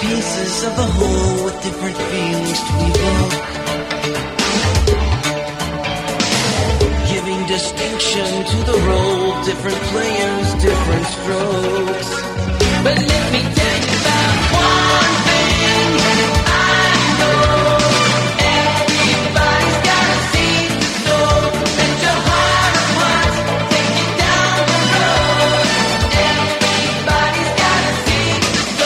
parts of a whole with different feelings to evoke. Giving distinction to the role, different players, different strokes. But let me tell you about one thing I know. Everybody's got a seat to sow. Let your heart of hearts take you down the road. Everybody's got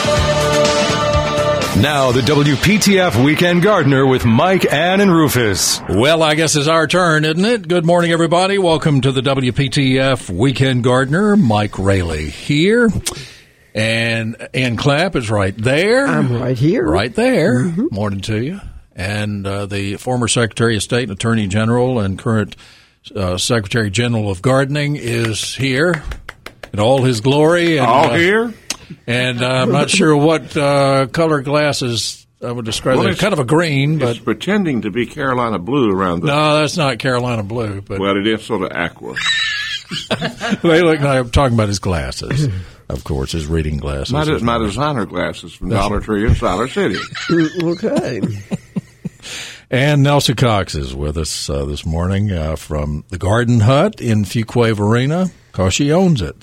a seat to sow. Now, the WPTF Weekend Gardener with Mike, Ann, and Rufus. Well, I guess it's our turn, isn't it? Good morning, everybody. Welcome to the WPTF Weekend Gardener. Mike Rayleigh here. And Ann Clapp is right there. I'm right here. Mm-hmm. Right there. Morning to you. And uh, the former Secretary of State and Attorney General and current uh, Secretary General of Gardening is here in all his glory. And, All uh, here? And uh, I'm not sure what uh, color glasses I would describe. Well, They're it's- kind of a green, but It's pretending to be Carolina blue around the. no, that's not Carolina blue. But Well, it is sort of aqua. they look like I'm talking about his glasses, of course, his reading glasses. My, de- my designer glasses from Dollar Tree and Dollar City. okay. And Nelson Cox is with us uh, this morning uh, from the Garden Hut in Fuquay Arena because she owns it.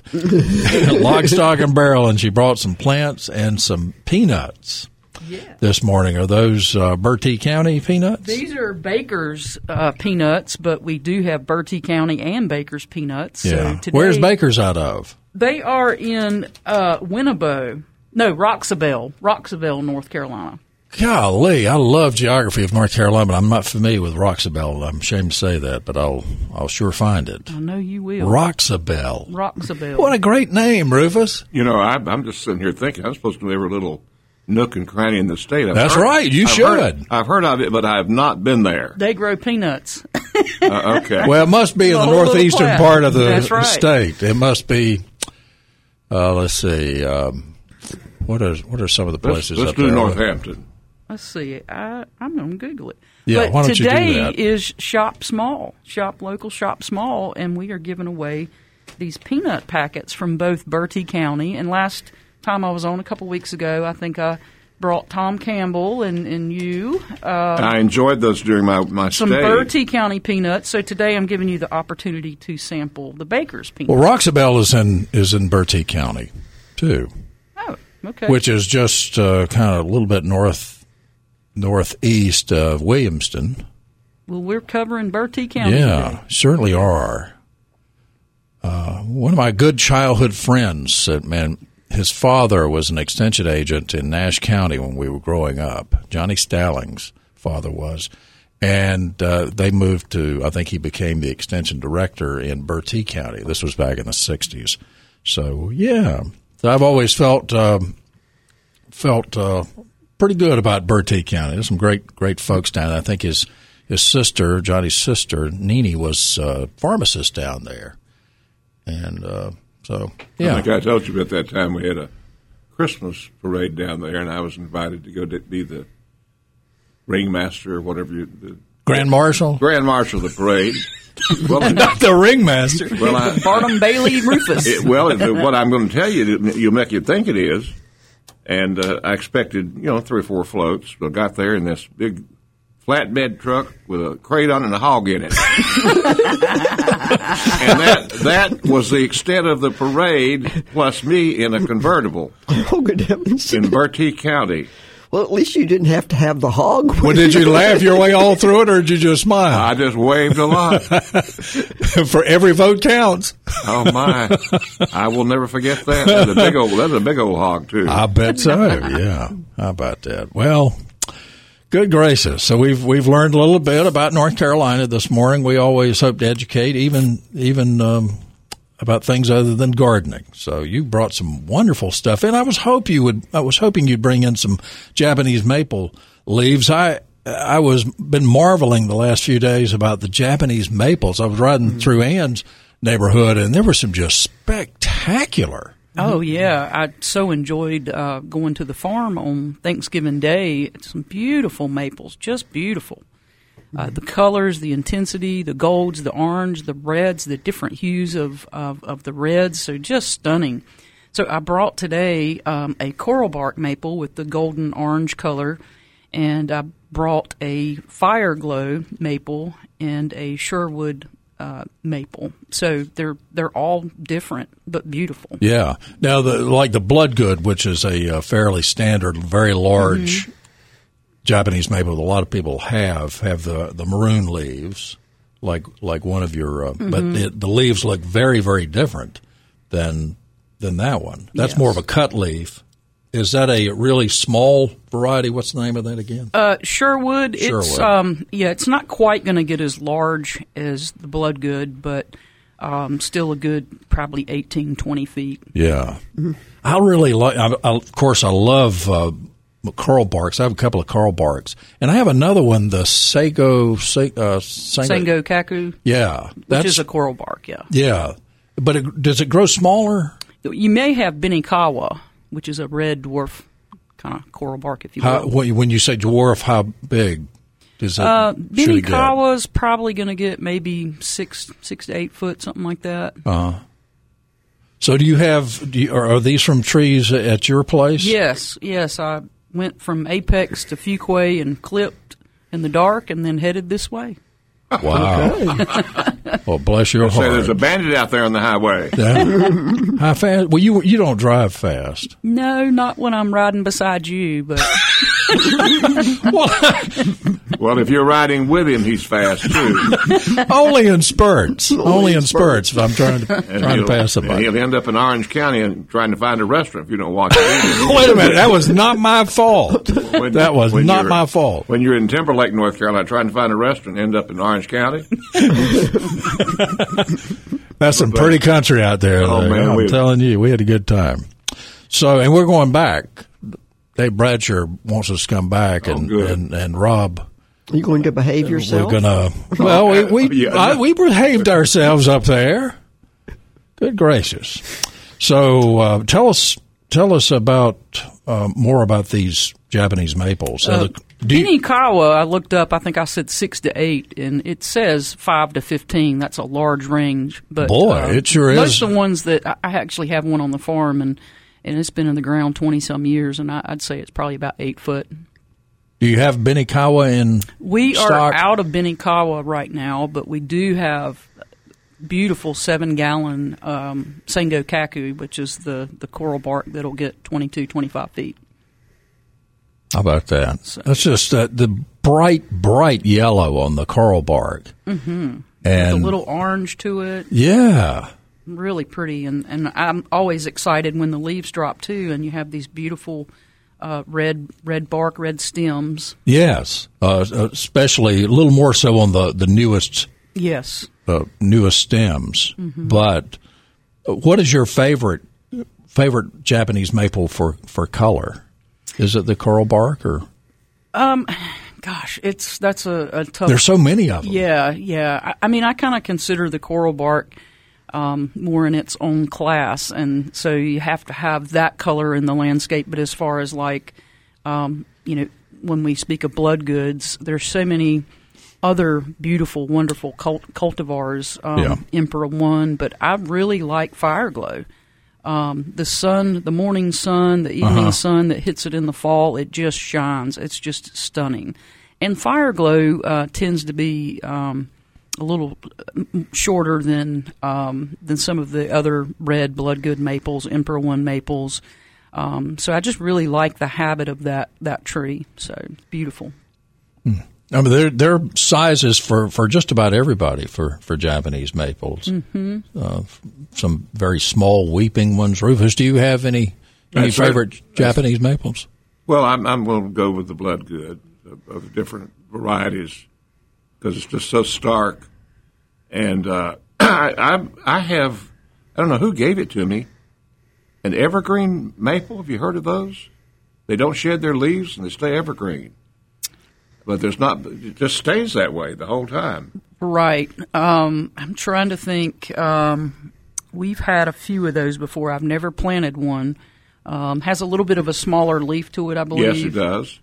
Lock, stock, and barrel. And she brought some plants and some peanuts this morning. Are those uh, Bertie County peanuts? These are Baker's uh, peanuts, but we do have Bertie County and Baker's peanuts. yeah. So today, Where's Baker's out of? They are in uh, Winnebago. No, Roxabelle, Roxabelle, North Carolina. Golly, I love geography of North Carolina, but I'm not familiar with Roxabelle. I'm ashamed to say that, but I'll I'll sure find it. I know you will. Roxabelle. Roxabelle. What a great name, Rufus. You know, I, I'm just sitting here thinking I'm supposed to know every little nook and cranny in the state. I've That's heard- right, you I've should. heard- I've heard of it, but I have not been there. they grow peanuts. Uh, okay. Well, it must be in the The whole little northeastern flat. part of the That's right. state. It must be. Uh, let's see. Um, what are what are some of the let's, places let's up do there? Northampton. Let's see. I, I'm going to Google it. Yeah, but why don't you do today that? is shop small, shop local, shop small, and we are giving away these peanut packets from both Bertie County. And last time I was on a couple weeks ago, I think I brought Tom Campbell and, and you uh, I enjoyed those during my, my some stay. Bertie County peanuts. So today I'm giving you the opportunity to sample the baker's Well, peanuts. Roxabelle is in is in Bertie County, too, oh, okay. which is just uh, kind of a little bit north northeast of Williamston. well, we're covering Bertie County. today. Yeah, certainly are. Uh, one of my good childhood friends said, man, his father was an extension agent in Nash County when we were growing up. Johnny Stallings' father was. And uh, they moved to, I think he became the extension director in Bertie County. This was back in the 60s. So, yeah. So I've always felt um, felt uh, pretty good about Bertie County. There's some great great folks down there. I think his his sister, Johnny's sister, Nene, was a pharmacist down there, and uh, so I yeah, think I told you about that time we had a Christmas parade down there, and I was invited to go to be the ringmaster or whatever you, the Grand Marshal, grand marshal of the parade. Well, not the ringmaster. well, I, Barnum Bailey Rufus. it, well, it, what I'm going to tell you, you make you think it is. And uh, I expected, you know, three or four floats. But got there in this big flatbed truck with a crate on it and a hog in it. and that that was the extent of the parade, plus me in a convertible Oh, good heavens. in Bertie County. Well, at least you didn't have to have the hog. Well, did you laugh your way all through it, or did you just I smile? just waved a lot. For every vote counts. Oh my! I will never forget that. That's a big old. That's a big old hog too. I bet so. Yeah, how about that? Well, good gracious. So we've we've learned a little bit about North Carolina this morning. We always hope to educate, even even um, about things other than gardening. So you brought some wonderful stuff, and I was hope you would. I was hoping you'd bring in some Japanese maple leaves. I. I was been marveling the last few days about the Japanese maples. I was riding through Ann's neighborhood, and there were some just spectacular. Oh yeah, I so enjoyed uh, going to the farm on Thanksgiving Day. Some beautiful maples, just beautiful. Uh, the colors, the intensity, the golds, the orange, the reds, the different hues of of, of the reds, so just stunning. So I brought today um, a coral bark maple with the golden orange color, and I brought a fire glow maple and a Sherwood uh, maple. So they're they're all different but beautiful. Yeah. Now, the like the Bloodgood, which is a uh, fairly standard, very large Japanese maple that a lot of people have, have the, the maroon leaves, like like one of your. Uh, But the, the leaves look very, very different than than that one. That's more of a cut leaf. Is that a really small variety? What's the name of that again? Uh, Sherwood, it's Sherwood. um, yeah, it's not quite going to get as large as the Bloodgood, but um, still a good probably 18, 20 feet. Yeah, Mm-hmm. I really like. I, I, of course, I love uh, Carl Barks. I have a couple of Carl Barks, and I have another one, the Sago Sa- uh, Sango. Sango Kaku, Yeah, which that's is a coral bark, yeah. yeah. But it, does it grow smaller? You may have Benikawa, which is a red dwarf kind of coral bark, if you How, will. when when you say dwarf, how big does it? Uh, should it get? Benikawa's probably going to get maybe six, six to eight foot, something like that. So do you have? Do you, are, are these from trees at your place? Yes, yes. I went from Apex to Fuquay and clipped in the dark, and then headed this way. Wow. well, bless your Say heart. there's a bandit out there on the highway. Yeah. How fast? Well, you you don't drive fast. No, not when I'm riding beside you, but well, if you're riding with him, he's fast too. Only in spurts. Only in spurts. If I'm trying to trying to he'll- pass and somebody. He'll end up in Orange County and trying to find a restaurant if you don't watch it. Wait a minute. That was not my fault. When- That was when not you're- my fault. When you're in Timberlake, North Carolina, trying to find a restaurant, end up in Orange County. That's some pretty country out there. Oh, though. man, I'm we- telling you, we had a good time. So, and we're going back. Dave Bradshaw wants us to come back, and Oh, good. and, and Rob. You going to behave yourself? We're gonna. Well, we we, Oh, Yeah. I, we behaved ourselves up there. Good gracious! So uh, tell us tell us about uh, more about these Japanese maples. So the- do you- Benikawa, I looked up. I think I said six to eight, and it says five to fifteen. That's a large range, but uh, Boy, it sure most is. of the ones that I I actually have one on the farm, and and it's been in the ground twenty some years, and I, I'd say it's probably about eight foot. do you have Benikawa in? We stock? are out of Benikawa right now, but we do have beautiful seven gallon um, Sango Kaku, which is the, the coral bark that'll get 22, 25 feet. How about that? That's just uh, the bright bright yellow on the coral bark, mm-hmm. A and little orange to it. yeah. really pretty, and, and I'm always excited when the leaves drop too, and you have these beautiful uh, red red bark, red stems. Yes, uh, especially a little more so on the, the newest Yes, uh, newest stems. But uh, what is your favorite favorite Japanese maple for, for color? Is it the coral bark or gosh, it's that's a, a tough. there's so many of them? yeah, yeah. I, I mean, I kind of consider the coral bark um, more in its own class, and so you have to have that color in the landscape. But as far as like, um, you know, when we speak of blood goods, there's so many other beautiful, wonderful cult- cultivars. Um, Yeah. Emperor One, but I really like Fire Glow. Um, the sun, the morning sun, the evening sun that hits it in the fall, it just shines. It's just stunning. And Fire Glow uh, tends to be um, a little uh, shorter than um, than some of the other red bloodgood maples, Emperor One maples. Um, so I just really like the habit of that that tree. So it's beautiful. I mean, there there are sizes for, for just about everybody for, for Japanese maples. Mm-hmm. Uh, f- some very small weeping ones. Rufus, do you have any any That's right. favorite Japanese maples? Well, I'm, I'm going to go with the blood good of, of the different varieties because it's just so stark. And uh, I, I, I have, I don't know who gave it to me, an evergreen maple. Have you heard of those? They don't shed their leaves and they stay evergreen. But there's not, it just stays that way the whole time. Right. Um, I'm trying to think. Um, we've had a few of those before. I've never planted one. Um, has a little bit of a smaller leaf to it, I believe. Yes, it does.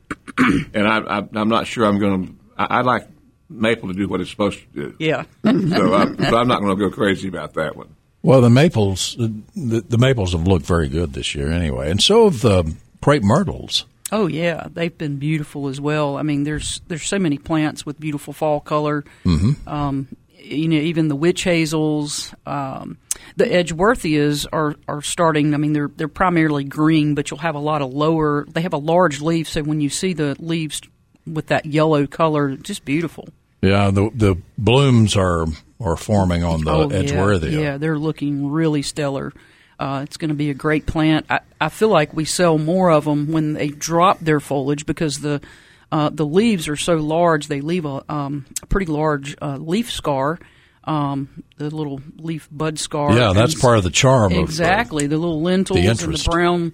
and I, I, I'm not sure I'm going to, I, I like maple to do what it's supposed to do. Yeah. so, I, so I'm not going to go crazy about that one. Well, the maples, the, the maples have looked very good this year anyway, and so have the crepe myrtles. Oh yeah, they've been beautiful as well. I mean, there's there's so many plants with beautiful fall color. Um, you know, even the witch hazels, um, the edgeworthias are, are starting. I mean, they're they're primarily green, but you'll have a lot of lower. They have a large leaf, so when you see the leaves with that yellow color, just beautiful. Yeah, the the blooms are are forming on the yeah. Edgeworthia. Oh, Yeah, they're looking really stellar. Uh, it's going to be a great plant. I, I feel like we sell more of them when they drop their foliage because the uh, the leaves are so large. They leave a, um, a pretty large uh, leaf scar, um, the little leaf bud scar. Yeah, that's And- part of uh, the charm. Exactly, the little lentils the and interest. the brown,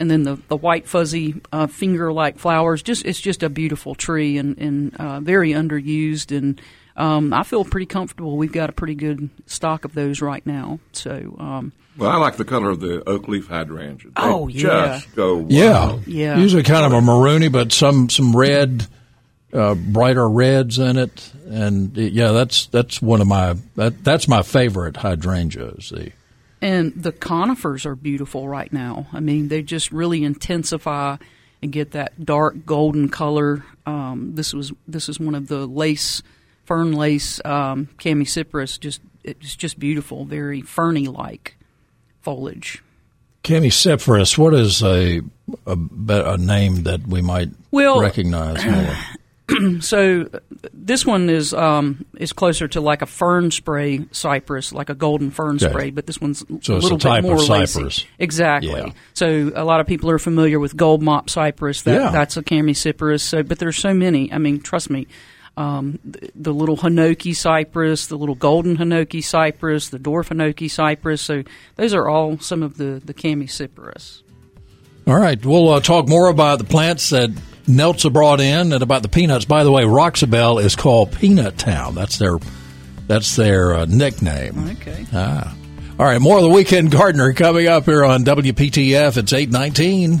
and then the, the white fuzzy uh, finger like flowers. Just it's just a beautiful tree and and uh, very underused. And um, I feel pretty comfortable. We've got a pretty good stock of those right now. So um, Well, I like the color of the oak leaf hydrangea. They Oh, yeah. just go wild. Of the, yeah, Yeah. Usually kind of a maroony, but some some red, uh, brighter reds in it, and it- yeah, that's that's one of my that, that's my favorite hydrangea. Is the and the conifers are beautiful right now. I mean, they just really intensify and get that dark golden color. Um, this was this is one of the lace fern lace um, camycypris. Just it's just beautiful, very ferny like foliage. Cammycypherus, what is a, a be- a name that we might Well- recognize more? so uh, this one is um, is closer to like a fern spray cypress, like a golden fern Okay. spray, but this one's So a it's little a type bit more of lacy. cypress. Exactly. Yeah. So a lot of people are familiar with gold mop cypress. That, Yeah. That's a cammycypris. So, but there's so many. I mean, trust me. Um, the, the little hinoki cypress, the little golden hinoki cypress, the dwarf hinoki cypress. So those are all some of the the cammycypris. All right, we'll uh, talk more about the plants that Nelts have brought in and about the peanuts. By the way, Roxabelle is called Peanut Town. That's their that's their uh, nickname. Okay. Ah. All right, more of the weekend gardener coming up here on WPTF. It's eight nineteen.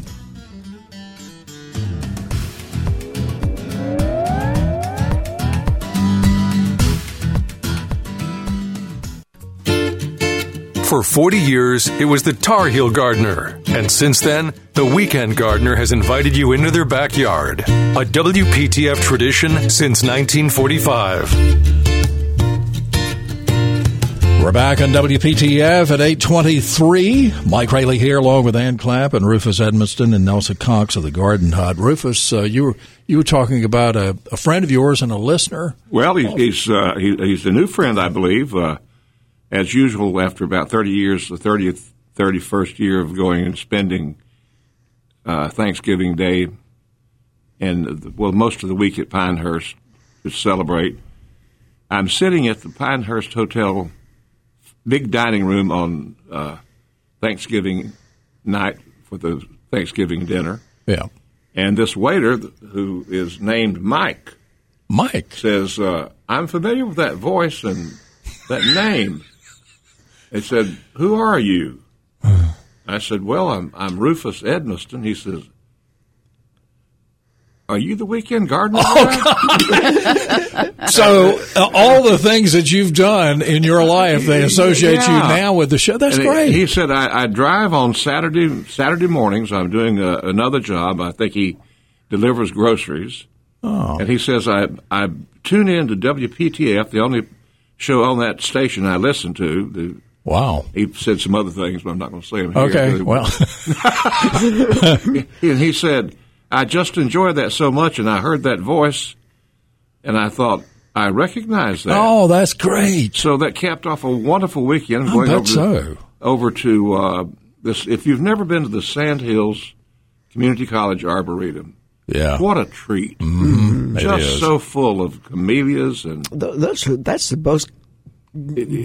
For 40 years, it was the Tar Heel Gardener. And since then, the Weekend Gardener has invited you into their backyard. A WPTF tradition since 1945. We're back on WPTF at 823. Mike Rayleigh here, along with Ann Clapp and Rufus Edmiston and Nelson Cox of the Garden Hut. Rufus, uh, you, were, you were talking about a, a friend of yours and a listener. Well, he's he's, uh, he, he's a new friend, I believe. Uh, as usual, after about thirty years, the thirtieth, thirty-first year of going and spending uh, Thanksgiving Day, and the, well, most of the week at Pinehurst to celebrate. I'm sitting at the Pinehurst Hotel big dining room on uh, Thanksgiving night for the Thanksgiving dinner, Yeah. and this waiter th- who is named Mike Mike. says, uh, I'm familiar with that voice and that name. They said, Who are you? I said, Well, I'm, I'm Rufus Edmiston. He says, Are you the weekend gardener? guy?" So, uh, all the things that you've done in your life, they associate Yeah. you now with the show. That's And he- great. He said, I, I drive on Saturday Saturday mornings. I'm doing a, another job. I think he delivers groceries. Oh. And he says, I, I tune in to WPTF, the only show on that station I listen to. The, wow. he said some other things, but I'm not going to say them here. Okay. Well, And he said, I just enjoyed that so much, and I heard that voice, and I thought, I recognize that. oh, that's great. So that capped off a wonderful weekend. I going bet over so. over to uh, this. If you've never been to the Sand Hills Community College Arboretum, Yeah. Mm-hmm. what a treat! it Just is. so full of camellias and Th- That's that's the most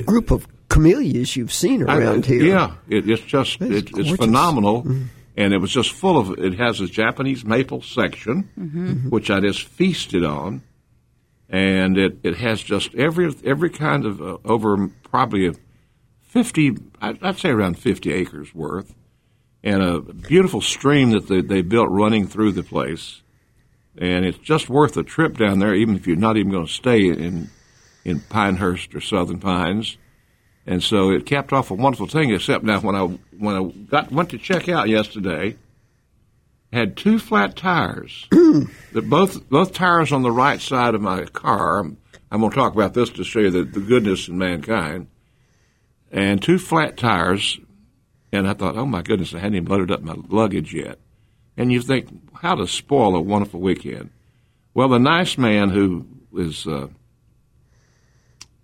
group of camellias you've seen around I- here. Yeah, it, it's just That is it, it's gorgeous. Mm-hmm. phenomenal, and it was just full of. It has a Japanese maple section, Mm-hmm. which I just feasted on, and it, it has just every every kind of uh, over probably a fifty, I, I'd say around fifty acres worth, and a beautiful stream that they, they built running through the place, and it's just worth a trip down there, even if you're not even going to stay in in Pinehurst or Southern Pines And so it capped off a wonderful thing. Except now, when I when I got went to check out yesterday, had two flat tires. that both both tires on the right side of my car. I'm, I'm going to talk about this to show you the, the goodness in mankind. And two flat tires, and I thought, oh my goodness, I hadn't even loaded up my luggage yet. And you think, how to spoil a wonderful weekend? Well, the nice man who is, uh,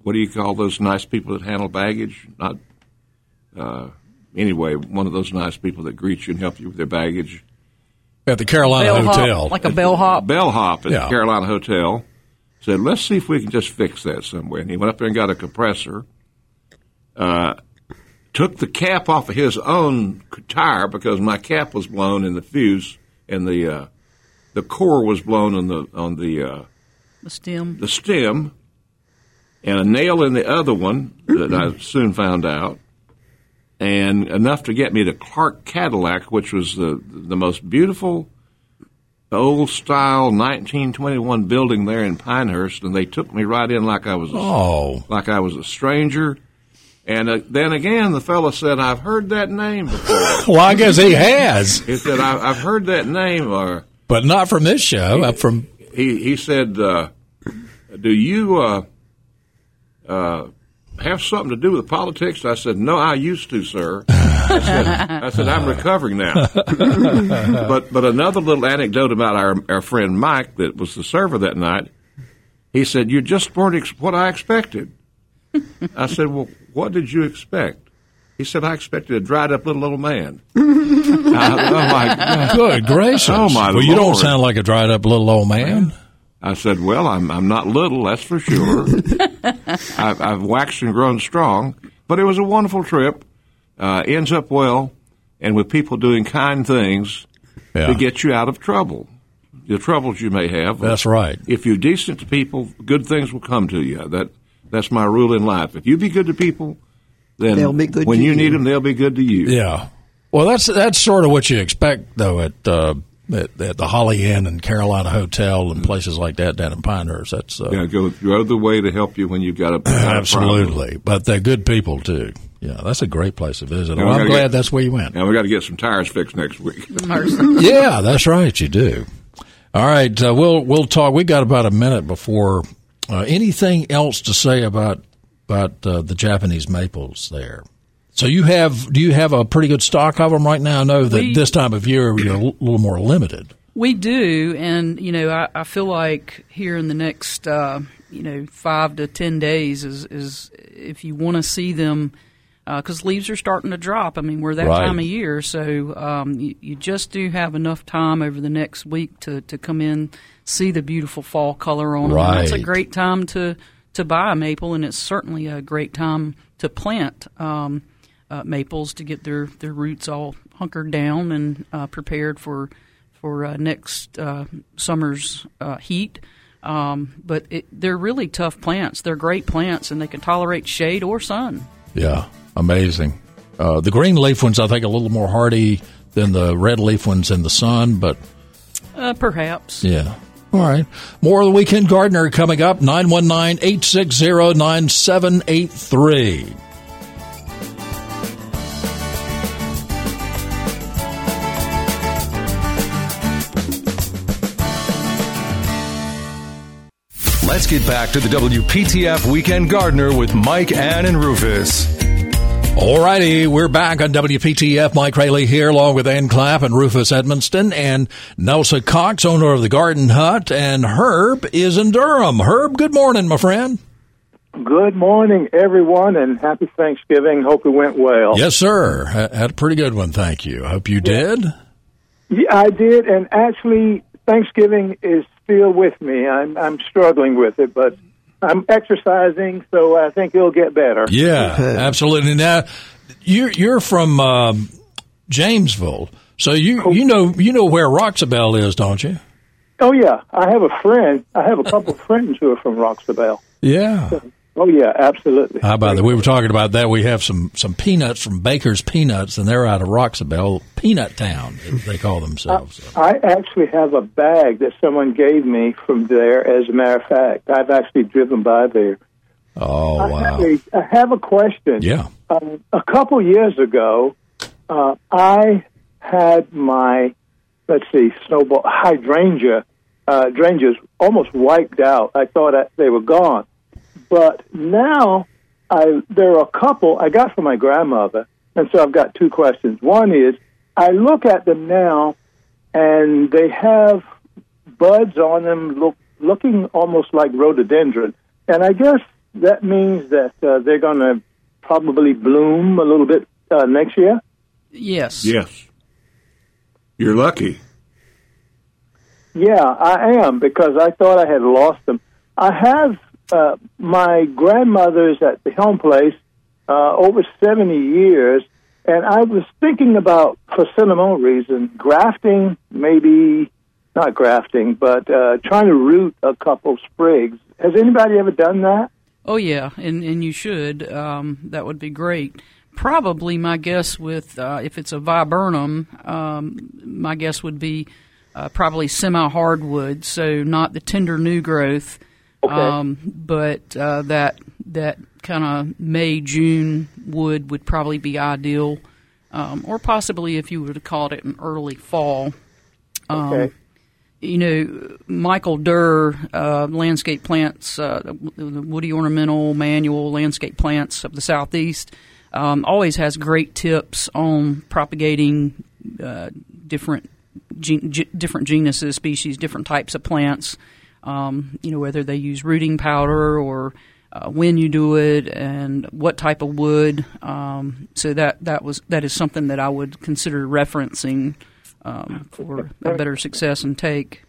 what do you call those nice people that handle baggage? Not, uh, anyway, one of those nice people that greet you and help you with their baggage. At the Carolina Bellhop, Hotel. like a bellhop. Bellhop at Yeah. the Carolina Hotel said, "Let's see if we can just fix that somewhere." And he went up there and got a compressor, uh, took the cap off of his own c- tire because my cap was blown in the fuse and the uh, the core was blown on the on the uh, The stem. the stem, and a nail in the other one that I soon found out. And enough to get me to Clark Cadillac, which was the the most beautiful old style 1921 building there in Pinehurst, and they took me right in like I was a, oh, like I was a stranger. And uh, then again, the fellow said, "I've heard that name before." well, I guess he has, he said, I, "I've heard that name," or but not from this show. uh, From he he said, uh, "Do you uh, uh, have something to do with politics?" I said, "No, I used to, sir." I said, I said "I'm recovering now." but but another little anecdote about our our friend Mike that was the server that night. He said, "You just weren't ex- what I expected." I said, "Well, what did you expect?" He said, "I expected a dried up little old man." I- oh my God. good gracious! Oh, my Well, you don't Lord. sound like a dried up little old man. I said, "Well, I'm I'm not little, that's for sure. I've, I've waxed and grown strong, but it was a wonderful trip. Uh, ends up well, and with people doing kind things Yeah. to get you out of trouble, the troubles you may have. That's right. If you're decent to people, good things will come to you. That that's my rule in life. If you be good to people, then They'll be good when to you you. need them, they'll be good to you. Yeah. Well, that's that's sort of what you expect, though, at uh, at, at the Holly Inn and Carolina Hotel and places like that down in Pinehurst. That's uh, Yeah, go go the way to help you when you've got a got a problem. absolutely. But they're good people too. Yeah, that's a great place to visit. Yeah, Well, we I'm gotta glad get- that's where you went. Now we got to get some tires fixed next week. yeah, that's right. You do. All right. Uh, we'll we'll talk. We got about a minute before uh, anything else to say about about uh, the Japanese maples there. So you have do you have a pretty good stock of them right now? I know that We- this time of year you're a l- little more limited. We do, and you know, I, I feel like here in the next, uh, you know, five to ten days is is if you want to see them, because leaves are starting to drop. I mean, we're that Right. time of year, so um, you, you just do have enough time over the next week to to come in, see the beautiful fall color on them. It's a Right. great time to to buy a maple, and it's certainly a great time to plant. Um, uh, maples to get their, their roots all hunkered down and uh, prepared for for uh, next uh, summer's uh, heat. Um, but it, they're really tough plants. They're great plants, and they can tolerate shade or sun. Yeah, amazing. Uh, the green leaf ones, I think, a little more hardy than the red leaf ones in the sun, but Uh, perhaps. Yeah. All right. More of the Weekend Gardener coming up 919 860 9783. Let's get back to the WPTF Weekend Gardener with Mike, Ann, and Rufus. All righty, we're back on WPTF. Mike Rayleigh here, along with Ann Clapp and Rufus Edmonston and Nelsa Cox, owner of the Garden Hut, and Herb is in Durham. Herb, good morning, my friend. Good morning, everyone, and happy Thanksgiving. Hope it went well. Yes, sir. Ha- Had a pretty good one, thank you. I hope you did. Yeah, I did, and actually, Thanksgiving is still with me. I'm I'm struggling with it, but I'm exercising, so I think it'll get better. Yeah, absolutely. Now, you're you're from um, Jamesville, so you you know you know where Roxabelle is, don't you? Oh yeah, I have a friend. I have a couple of friends who are from Roxabelle. Yeah. Oh yeah, absolutely. How about that? We were talking about that. We have some some peanuts from Baker's Peanuts, and they're out of Roxabelle, Peanut Town, as they call themselves. I actually have a bag that someone gave me from there. As a matter of fact, I've actually driven by there. Oh, I, have wow. a, I have a question. Yeah. Um, a couple years ago, uh, I had my let's see, snowball hydrangea uh, hydrangeas almost wiped out. I thought I, they were gone, but now I there are a couple I got from my grandmother, and so I've got two questions. One is I look at them now, and they have buds on them look looking almost like rhododendron, and I guess that means that uh, they're going to probably bloom a little bit uh, next year. Yes. Yes. You're lucky. Yeah, I am because I thought I had lost them. I have uh, my grandmother's at the home place uh, over seventy years, and I was thinking about for sentimental reason grafting, maybe not grafting, but uh, trying to root a couple sprigs. Has anybody ever done that? Oh yeah, and and you should. Um, that would be great. Probably my guess with uh, if it's a viburnum, um, my guess would be uh, probably semi hardwood, so not the tender new growth, um, but uh, that that kind of May June wood would probably be ideal, um, or possibly if you would have called it an early fall okay. you know, Michael Durr, uh, landscape plants, uh, the woody ornamental manual landscape plants of the southeast, um, always has great tips on propagating uh, different gen- g- different genuses, species, different types of plants. Um, you know, whether they use rooting powder or uh, when you do it and what type of wood. Um, so that that was that is something that I would consider referencing um, for a better success and take.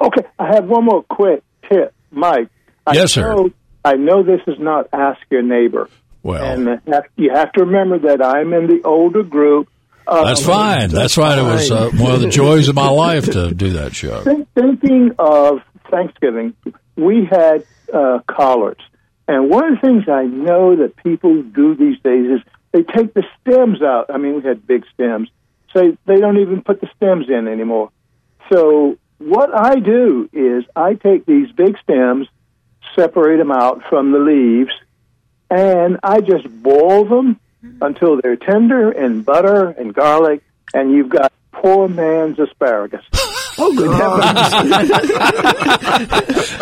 Okay, I have one more quick tip, Mike. I Yes, sir. Know, I know this is not ask your neighbor. Well. and uh, have- you have to remember that I'm in the older group. Uh, That's fine. That's fine. It was uh, one of the joys of my life to do that show. think- thinking of Thanksgiving, we had uh, collards, and one of the things I know that people do these days is they take the stems out. I mean, we had big stems, so they don't even put the stems in anymore. So what I do is I take these big stems, separate them out from the leaves, and I just boil them until they're tender in butter and garlic, and you've got poor man's asparagus. Oh, good heavens.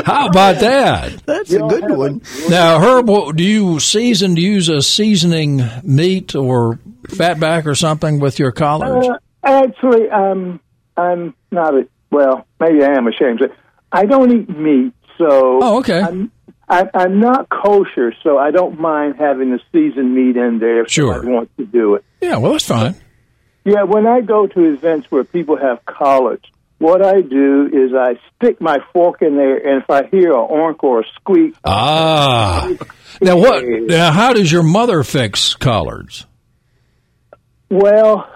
How about that? That's a good one. Now, Herb, what, do you season? Do you use a seasoning meat or fatback or something with your collards? Uh, actually, um, I'm not a well. Maybe I am ashamed. But I don't eat meat, so Oh, okay. I'm, I, I'm not kosher, so I don't mind having the seasoned meat in there if Sure. somebody wants to do it. Yeah, well, that's fine. Yeah, when I go to events where people have collards, what I do is I stick my fork in there, and if I hear a oink or a squeak, Ah, now what? Now, how does your mother fix collards? Well,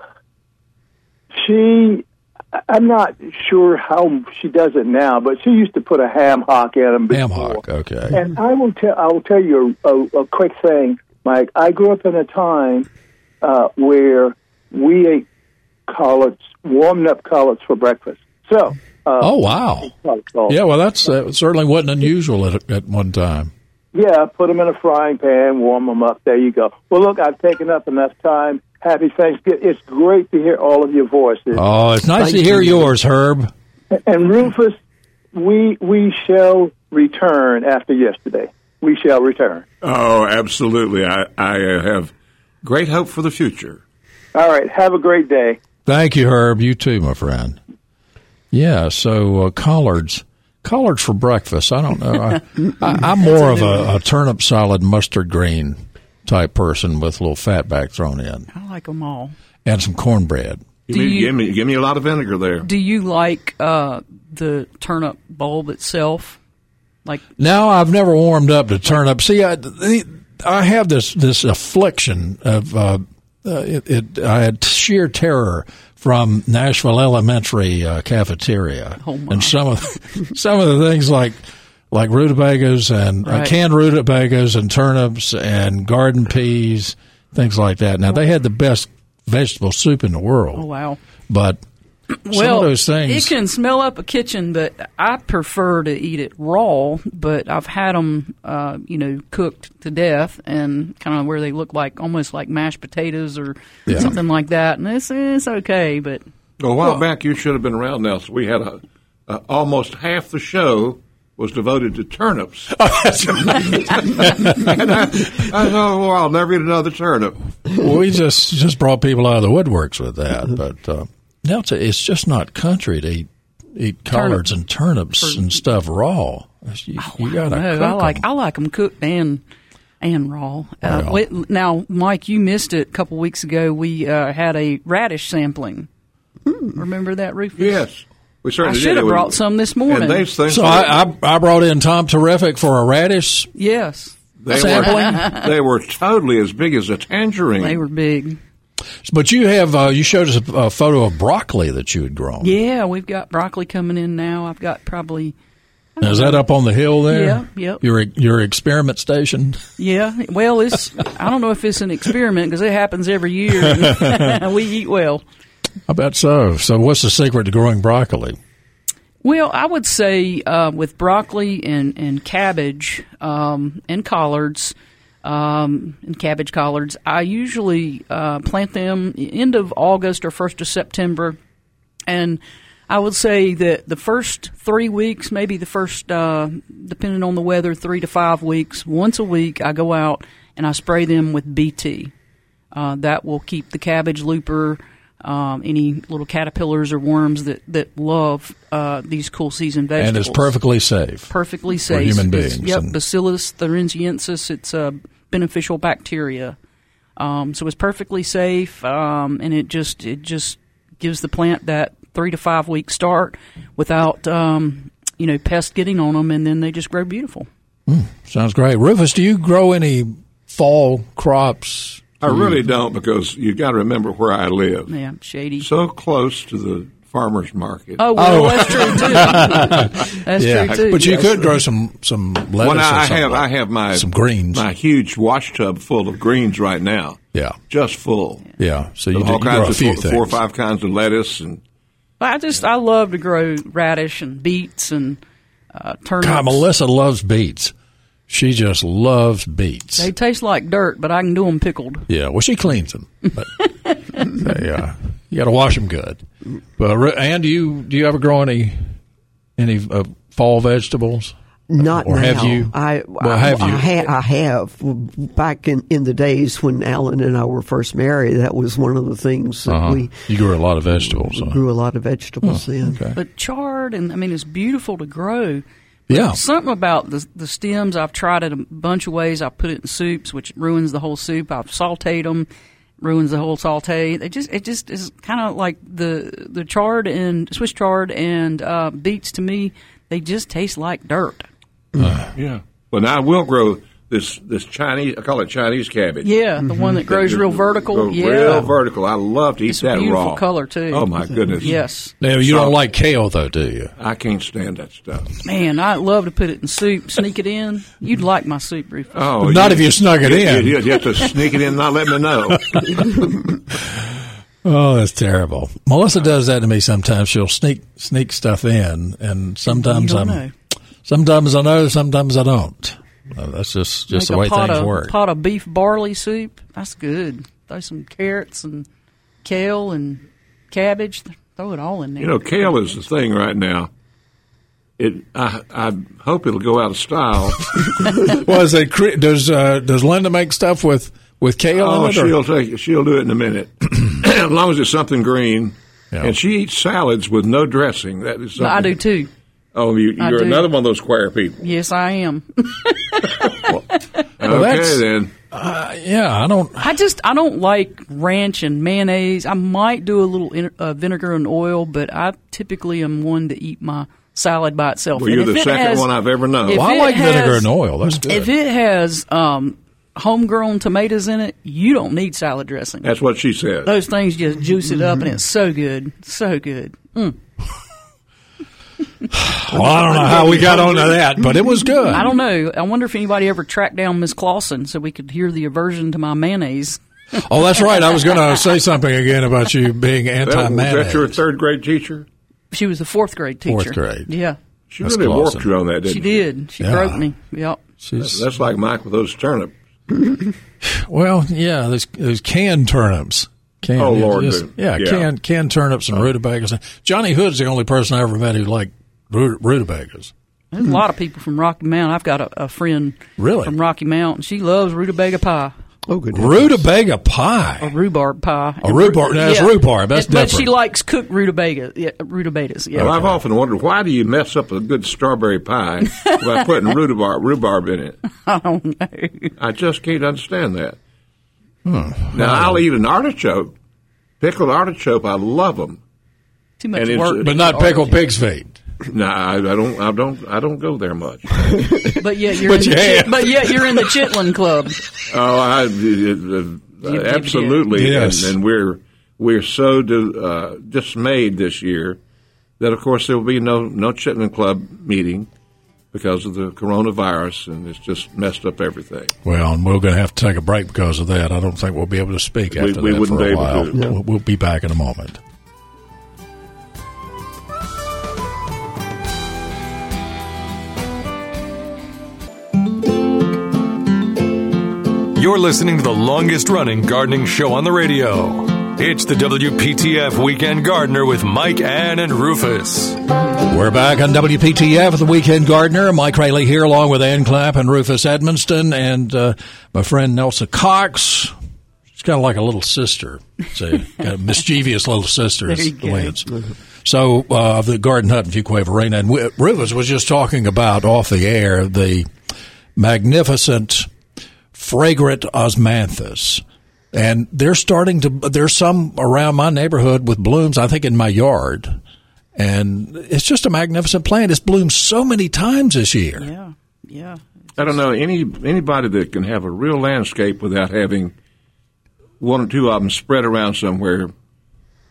she, I- I'm not sure how she does it now, but she used to put a ham hock in them. Ham before. hock. Okay. And I will tell, I will tell you a, a, a quick thing, Mike. I grew up in a time uh, where we ate collards, warmed up collards for breakfast. So, uh, Oh wow. collards. Yeah, well, that's uh, certainly wasn't unusual at, at one time. yeah, put them in a frying pan, warm them up. There you go. Well, look, I've taken up enough time. Happy Thanksgiving. It's great to hear all of your voices. Oh, it's nice to Thank hear you. yours, Herb. And Rufus, we we shall return after yesterday. We shall return. Oh, absolutely. I, I uh, have great hope for the future. All right. Have a great day. Thank you, Herb. You too, my friend. Yeah, so uh, collards, collards for breakfast. I don't know. I, I, I'm more of a, a turnip salad, mustard green type person with a little fat back thrown in I like them all. and some cornbread. Give, Do me, you- give me give me a lot of vinegar there. Do you like uh, the turnip bulb itself? Like Now I've never warmed up to turnip. See, I, the- I have this this affliction of uh, uh, it, it. I had sheer terror from Nashville Elementary uh, cafeteria, Oh, my. and some of some of the things like like rutabagas and uh, Right. canned rutabagas and turnips and garden peas, things like that. Now they had the best vegetable soup in the world, oh wow, but Oh, well, those things- It can smell up a kitchen, but I prefer to eat it raw. But I've had them, uh, you know, cooked to death and kind of where they look like almost like mashed potatoes or something like that. And it's, it's okay, but A while back, you should have been around, Nelson. We had a, a almost half the show was devoted to turnips. and I, I thought, well, Oh, I'll never eat another turnip. Well, we just just brought people out of the woodworks with that, but uh, now it's, it's just not country to eat, eat collards and turnips and stuff raw. You, you gotta No, cook I like 'em. I like them cooked and and raw. Uh, Wow. wait, now, Mike, you missed it a couple weeks ago. We uh, had a radish sampling. Remember that, Rufus? Yes, we certainly I should did. have brought some this morning. And these things, So I, I I brought in Tom Terrific for a radish Yes, they, were, sampling? they were totally as big as a tangerine. they were big. But you have uh, you showed us a, a photo of broccoli that you had grown. Yeah, we've got broccoli coming in now. I've got probably Now, is that up on the hill there? Yeah, yep. Your your experiment station. yeah. Well, it's I don't know if it's an experiment because it happens every year. we eat well. I bet so. So what's the secret to growing broccoli? Well, I would say uh, with broccoli and and cabbage um, and collards um, and cabbage collards, I usually uh, plant them end of August or first of September, and I would say that the first three weeks, maybe the first, uh, depending on the weather, three to five weeks, once a week, I go out and I spray them with BT. Uh, that will keep the cabbage looper, um, any little caterpillars or worms that that love uh, these cool season vegetables. And it's perfectly safe. perfectly safe human It's- beings Yep, and- Bacillus thuringiensis. It's a beneficial bacteria, um, so it's perfectly safe, um, and it just it just gives the plant that three to five week start without um, you know pests getting on them, and then they just grow beautiful. Sounds great. Rufus, do you grow any fall crops? I really don't because you got to remember where I live. Mm-hmm. Yeah, shady. So close to the farmers market. Oh well, that's true too. that's true too. but you could grow some some lettuce. Well, or now, I something. have I have my some greens. my huge wash tub full of greens right now. Yeah. just full. yeah. So you, Of do, all you grow a kinds few of four, things. four or five kinds of lettuce and I just I love to grow radish and beets and uh, turnips. God, Melissa loves beets. She just loves beets. They taste like dirt, but I can do them pickled. Yeah, well, she cleans them. But they, uh, you got to wash them good. But Ru- Ann, do you do you ever grow any any uh, fall vegetables? Not or now. have you? I, Well, I, have you? I, ha- I have. Back in, in the days when Alan and I were first married, that was one of the things that Uh-huh. we you grew a lot of vegetables. huh? grew a lot of vegetables in. But chard and I mean it's beautiful to grow. Yeah, Something about the the stems. I've tried it a bunch of ways. I put it in soups, which ruins the whole soup. I've sautéed them, ruins the whole sauté. It just it just is kind of like the the chard and Swiss chard and uh, beets. To me, they just taste like dirt. yeah. Well, now I will grow this this Chinese. I call it Chinese cabbage. Yeah, the one that grows real vertical. Go yeah, real vertical. I love to eat It's a that beautiful raw. color, too. Mm-hmm. Oh my goodness. Yes. now, you don't like kale though, do you? I can't stand that stuff. Man, I'd love to put it in soup, sneak it in. You'd like my soup, Rufus. Oh, Not if you snug it in. You, you have to sneak it in, and not let me know. Oh, that's terrible. Melissa does that to me sometimes. She'll sneak sneak stuff in, and sometimes You I'm don't know. sometimes I know, sometimes I don't. Uh, that's just just Make the way a pot things of, work. Pot of beef barley soup. That's good. Throw some carrots and kale and cabbage. Th- Throw it all in there. You know, kale is the thing right now. It, I, I hope it'll go out of style. well, is it, cre- does uh, does Linda make stuff with with kale? in oh, it, or- she'll take it. She'll do it in a minute, as long as it's something green. Yeah. And she eats salads with no dressing. That is. No, I do something- too. Oh, you, I you're do. another one of those choir people. Yes, I am. that's- Oh, okay, then. Uh, yeah, I don't. I just I don't like ranch and mayonnaise. I might do a little in, uh, vinegar and oil, but I typically am one to eat my salad by itself. Well, And you're if the it second has- one I've ever known. if Well, I it like has- vinegar and oil. That's good. If it has um, homegrown tomatoes in it, you don't need salad dressing. That's what she said. Those things just juice it up, and it's so good, so good. well, I don't know how we got onto that, but it was good. I don't know. I wonder if anybody ever tracked down Miss Clausen so we could hear the aversion to my mayonnaise. Oh, that's right. I was going to say something again about you being anti That, was that your mayonnaise. third grade teacher? She was a fourth grade teacher. Fourth grade. Yeah. She That's really close. worked you on that, didn't She she? did. She Yeah. broke me. Yep. She's, That's like Mike with those turnips. well, yeah. There's, there's canned turnips. Canned, Oh, Lord, yes. dude. yeah, Yeah. Oh. canned canned turnips and rutabagas. Johnny Hood's the only person I ever met who liked ru- rutabagas. There's a lot of people from Rocky Mount. I've got a, a friend Really? from Rocky Mount, and she loves rutabaga pie Oh, good. Rutabaga pie. or rhubarb pie. A And rhubarb- no, that's rhubarb. That's But she different. likes cooked rutabaga, yeah, rutabagas. Yeah. Well, I've often wondered why do you mess up a good strawberry pie by putting rhubarb, rhubarb in it? I don't know. I just can't understand that. Hmm. Now I'll eat an artichoke, pickled artichoke. I love them. Too much And it's- work. But not pickled pig's feet. Nah, I, I don't. I don't. I don't go there much. But yet you're But in you the have. chit- but yet you're in the Chitlin Club. Oh, I, uh, uh, You- you- absolutely. Yes. And, and we're we're so do, uh, dismayed this year that, of course, there will be no no Chitlin Club meeting because of the coronavirus, and it's just messed up everything. Well, and we're going to have to take a break because of that. I don't think we'll be able to speak We- after we that wouldn't for a be able while. to. No. We'll, we'll be back in a moment. You're listening to the longest running gardening show on the radio. It's the WPTF Weekend Gardener with Mike, Ann, and Rufus. We're back on WPTF, the Weekend Gardener. Mike Rayleigh here, along with Ann Clapp and Rufus Edmonston, and uh, my friend Nelson Cox. She's kind of like a little sister. It's a, got a mischievous little sister. There you is go. the way it's. So, uh, of the Garden Hut in Fuquay Arena, and we, Rufus was just talking about off the air the magnificent, fragrant osmanthus. And they're starting to, there's some around my neighborhood with blooms, I think in my yard. And it's just a magnificent plant. It's bloomed so many times this year. Yeah, yeah. I don't know any anybody that can have a real landscape without having one or two of them spread around somewhere.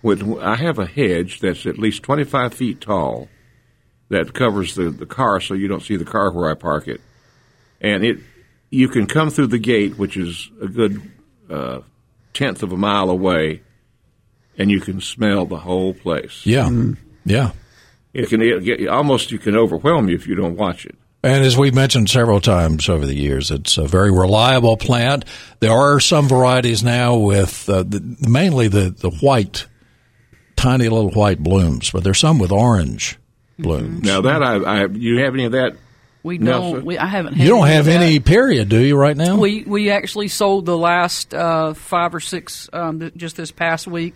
With I have a hedge that's at least twenty five feet tall that covers the, the car, so you don't see the car where I park it, and it you can come through the gate, which is a good uh, tenth of a mile away, and you can smell the whole place. Yeah. Yeah. It can it, get- almost you can overwhelm you if you don't watch it. And as we've mentioned several times over the years, it's a very reliable plant. There are some varieties now with uh, the, mainly the, the white, tiny little white blooms, but there's some with orange Mm-hmm. blooms. Now that I, I you have any of that We No, don't. sir. we, I haven't. Had You don't any have of that. any period, do you, right now? We we actually sold the last uh, five or six um, th- just this past week.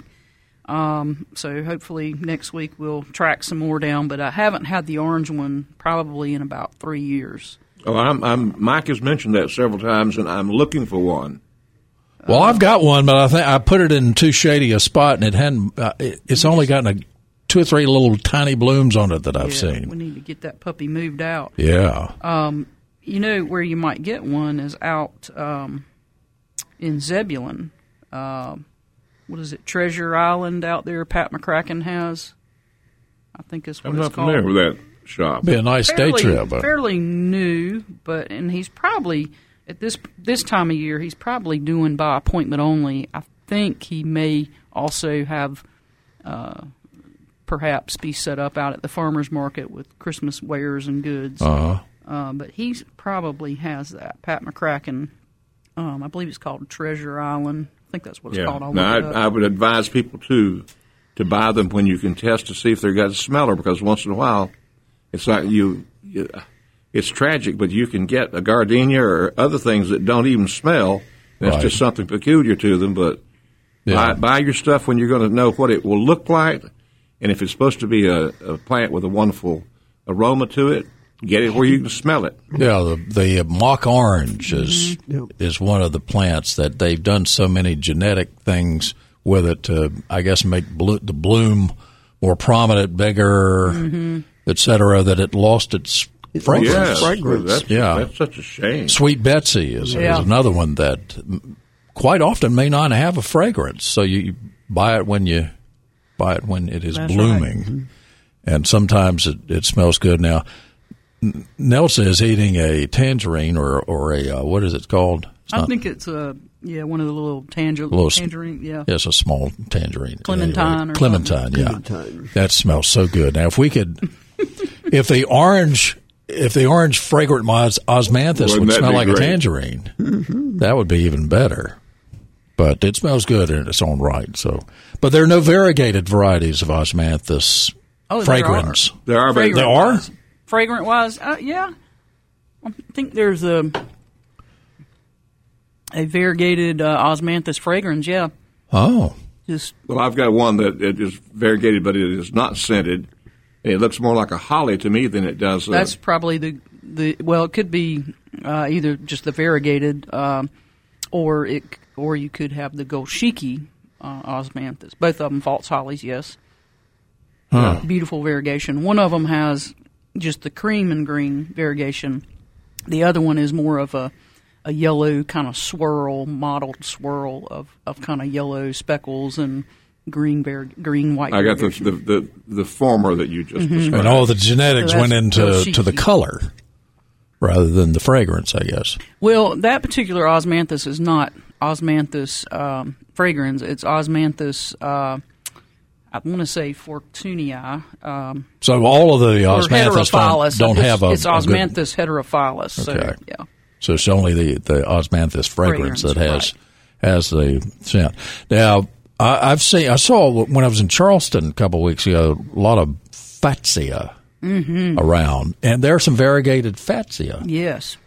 Um, so hopefully next week we'll track some more down. But I haven't had the orange one probably in about three years. Oh, I'm, I'm, Mike has mentioned that several times, and I'm looking for one. Well, I've got one, but I think I put it in too shady a spot, and it hadn't. Uh, it, it's only gotten a, two or three little tiny blooms on it that I've Yeah, We seen. need to get that puppy moved out. Yeah, you know where you might get one is out um, in Zebulon. Um what is it? Treasure Island out there. Pat McCracken has. I think that's what I'm it's not called. familiar with that shop. be a nice fairly, day trip. uh, fairly new, but and he's probably at this this time of year he's probably doing by appointment only. I think he may also have. Uh, Perhaps be set up out at the farmers market with Christmas wares and goods. Uh-huh. Uh, but he probably has that. Pat McCracken, um, I believe it's called Treasure Island. I think that's what it's Yeah. called. I'll Now, look it up. I, I would advise people to to buy them when you can test to see if they've got a smeller, because once in a while, it's like you, you. It's tragic, but you can get a gardenia or other things that don't even smell. That's Right. just something peculiar to them. But buy, yeah. buy your stuff when you're going to know what it will look like, and if it's supposed to be a, a plant with a wonderful aroma to it, get it where you can smell it. Yeah, the, the mock orange is is one of the plants that they've done so many genetic things with it to, I guess, make blo- the bloom more prominent, bigger, et cetera, that it lost its fragrance. Yes, Fragrance. That's, Yeah. that's such a shame. Sweet Betsy is, Mm. Yeah. is another one that m- quite often may not have a fragrance. So you you buy it when you buy it when it is That's Mm-hmm. blooming, and sometimes it, it smells good. Now N- Nelson is eating a tangerine or or a uh, what is it called? It's I not- think it's a Yeah, one of the little tanger- Little s- tangerine. Yeah. Yes, a small tangerine. Clementine or clementine, yeah. Clementine. That smells so good. Now, if we could, if the orange, if the orange fragrant mos- osmanthus Wouldn't would that smell be like a great? Mm-hmm. tangerine, that would be even better. But it smells good in its own right. So, but there are no variegated varieties of osmanthus Oh, there fragrance. There are, but There are. Fragrant wise, uh, yeah. I think there's a a variegated uh, osmanthus fragrance. Yeah, Oh, just Well, I've got one that it is variegated, but it is not scented. And it looks more like a holly to me than it does. Uh, that's probably the the well. It could be uh, either just the variegated, um or it or you could have the golshiki uh, osmanthus. Both of them false hollies. Yes, beautiful variegation. One of them has just the cream and green variegation. The other one is more of a a yellow kind of swirl, mottled swirl of, of kind of yellow speckles and green, var- green white. I got the, variegation. the the the former that you just described. and all the genetics So that's went into real to the cheeky. color rather than the fragrance, I guess. Well, that particular osmanthus is not osmanthus um, fragrans. It's osmanthus. Uh, I want to say fortunii. Um, So all of the or osmanthus heterophyllus. don't, don't it's, have a It's a good- osmanthus heterophyllus. Okay. So, yeah. So it's only the, the osmanthus fragrance Fragrance, that has has the scent. Now I, I've seen I saw when I was in Charleston a couple weeks ago a lot of fatsia around, and there are some variegated fatsia, Yes.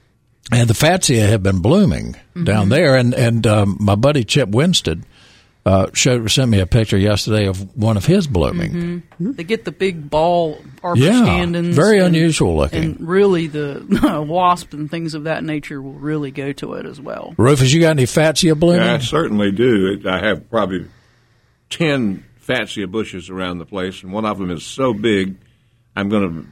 and the fatsia have been blooming down there. And and um, my buddy Chip Winstead uh, showed sent me a picture yesterday of one of his blooming. They get the big ball arbor Yeah, scandens very and- unusual looking. And really, the wasp and things of that nature will really go to it as well. Rufus, you got any fatsia blooming? I certainly do. It, I have probably ten fatsia bushes around the place, and one of them is so big. I'm going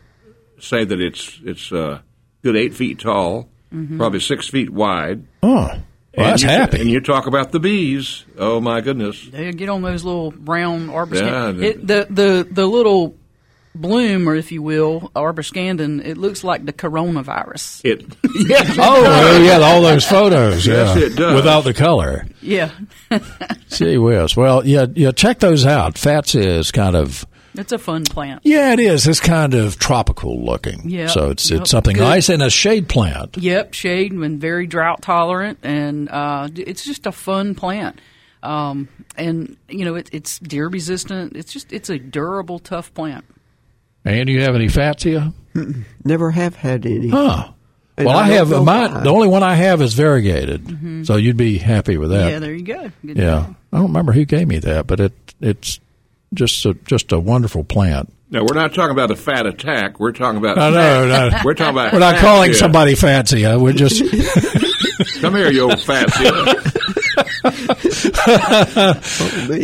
to say that it's it's uh, good eight feet tall, probably six feet wide. Oh, Mm-hmm. well, And that's you- happy. And you talk about the bees. Oh my goodness! They get on those little brown Yeah, arbuscandin. the- it, the the the little bloom, or if you will, arbuscandin. It looks like the coronavirus. It yes. Oh, well, yeah, all those photos. Yes, yeah, it does. Without the color. Yeah, Gee whiz. Well, yeah, yeah, check those out. Fats is kind of, it's a fun plant. yeah, it is. It's kind of tropical looking. Yeah. So it's, Yep. it's something Good. nice and a shade plant. Yep, shade and very drought tolerant, and uh, d- it's just a fun plant. Um, and you know, it, it's deer resistant. It's just it's a durable, tough plant. And you have any fatsia? Never have had any. Huh. And well, I, I don't have, know my, why. the only one I have is variegated. So you'd be happy with that. Mm-hmm. Yeah, there you go. Good yeah. job. I don't remember who gave me that, but it, it's just a, just a wonderful plant. Now we're not talking about a fat attack. We're talking about I know. no. We're talking about. We're not calling fatsia. somebody fatsia. We're just. Come here, you old fatsia.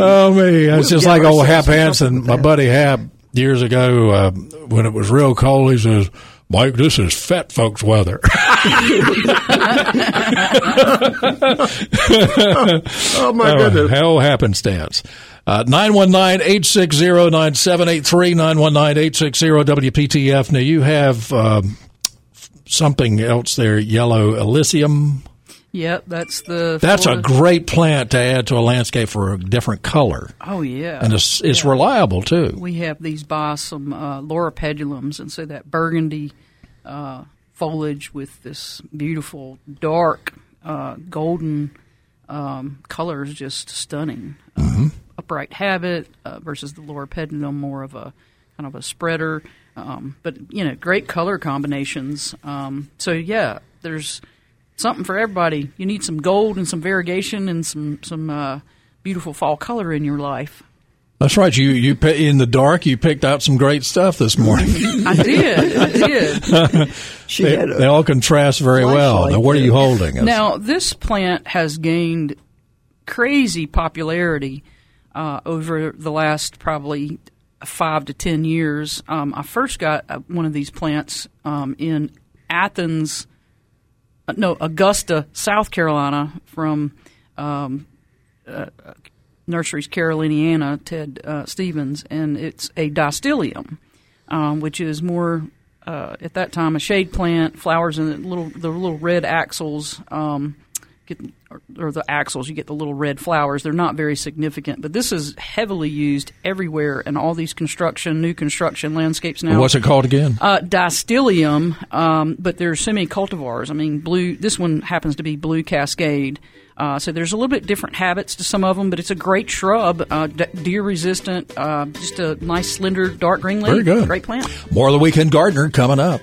Oh me, it's just get like old Hap ourselves in Hansen, my buddy Hap, years ago uh, when it was real cold. He says, "Mike, this is fat folks' weather." Oh my goodness! How happenstance. Uh, 919-860-9783, 919-860-WPTF. Now, you have um, something else there, yellow elysium. Yep, that's the. That's a Florida- great plant to add to a landscape for a different color. Oh yeah, And it's, it's reliable, too. we have these by some uh, Laura pedulums, and so that burgundy uh, foliage with this beautiful dark uh, golden um, color is just stunning. Um, upright habit uh, versus the Laura pedulum, more of a kind of a spreader, um, but you know, great color combinations. Um, so yeah, there's something for everybody. You need some gold and some variegation and some some uh, beautiful fall color in your life. That's right. You you pi- in the dark. You picked out some great stuff this morning. I did. I did. She they, had a they all contrast very well. flashlight Now, what are you holding? It's- now, this plant has gained crazy popularity uh, over the last probably five to ten years. Um, I first got uh, one of these plants um, in Athens, uh, no, Augusta, South Carolina, from Nurseries Caroliniana, Ted uh, Stevens, and it's a distilium, um, which is more uh, at that time a shade plant, flowers in the little the little red axils, um, get, or, or the axles, you get the little red flowers. They're not very significant, but this is heavily used everywhere in all these construction, new construction landscapes now. What's it called again? Uh, Distillium, um, but there are so many cultivars. I mean, blue. This one happens to be blue Cascade. Uh, so there's a little bit different habits to some of them, but it's a great shrub, uh, d- deer resistant, uh, just a nice slender dark green leaf. Very good. Great plant. More of the Weekend Gardener coming up.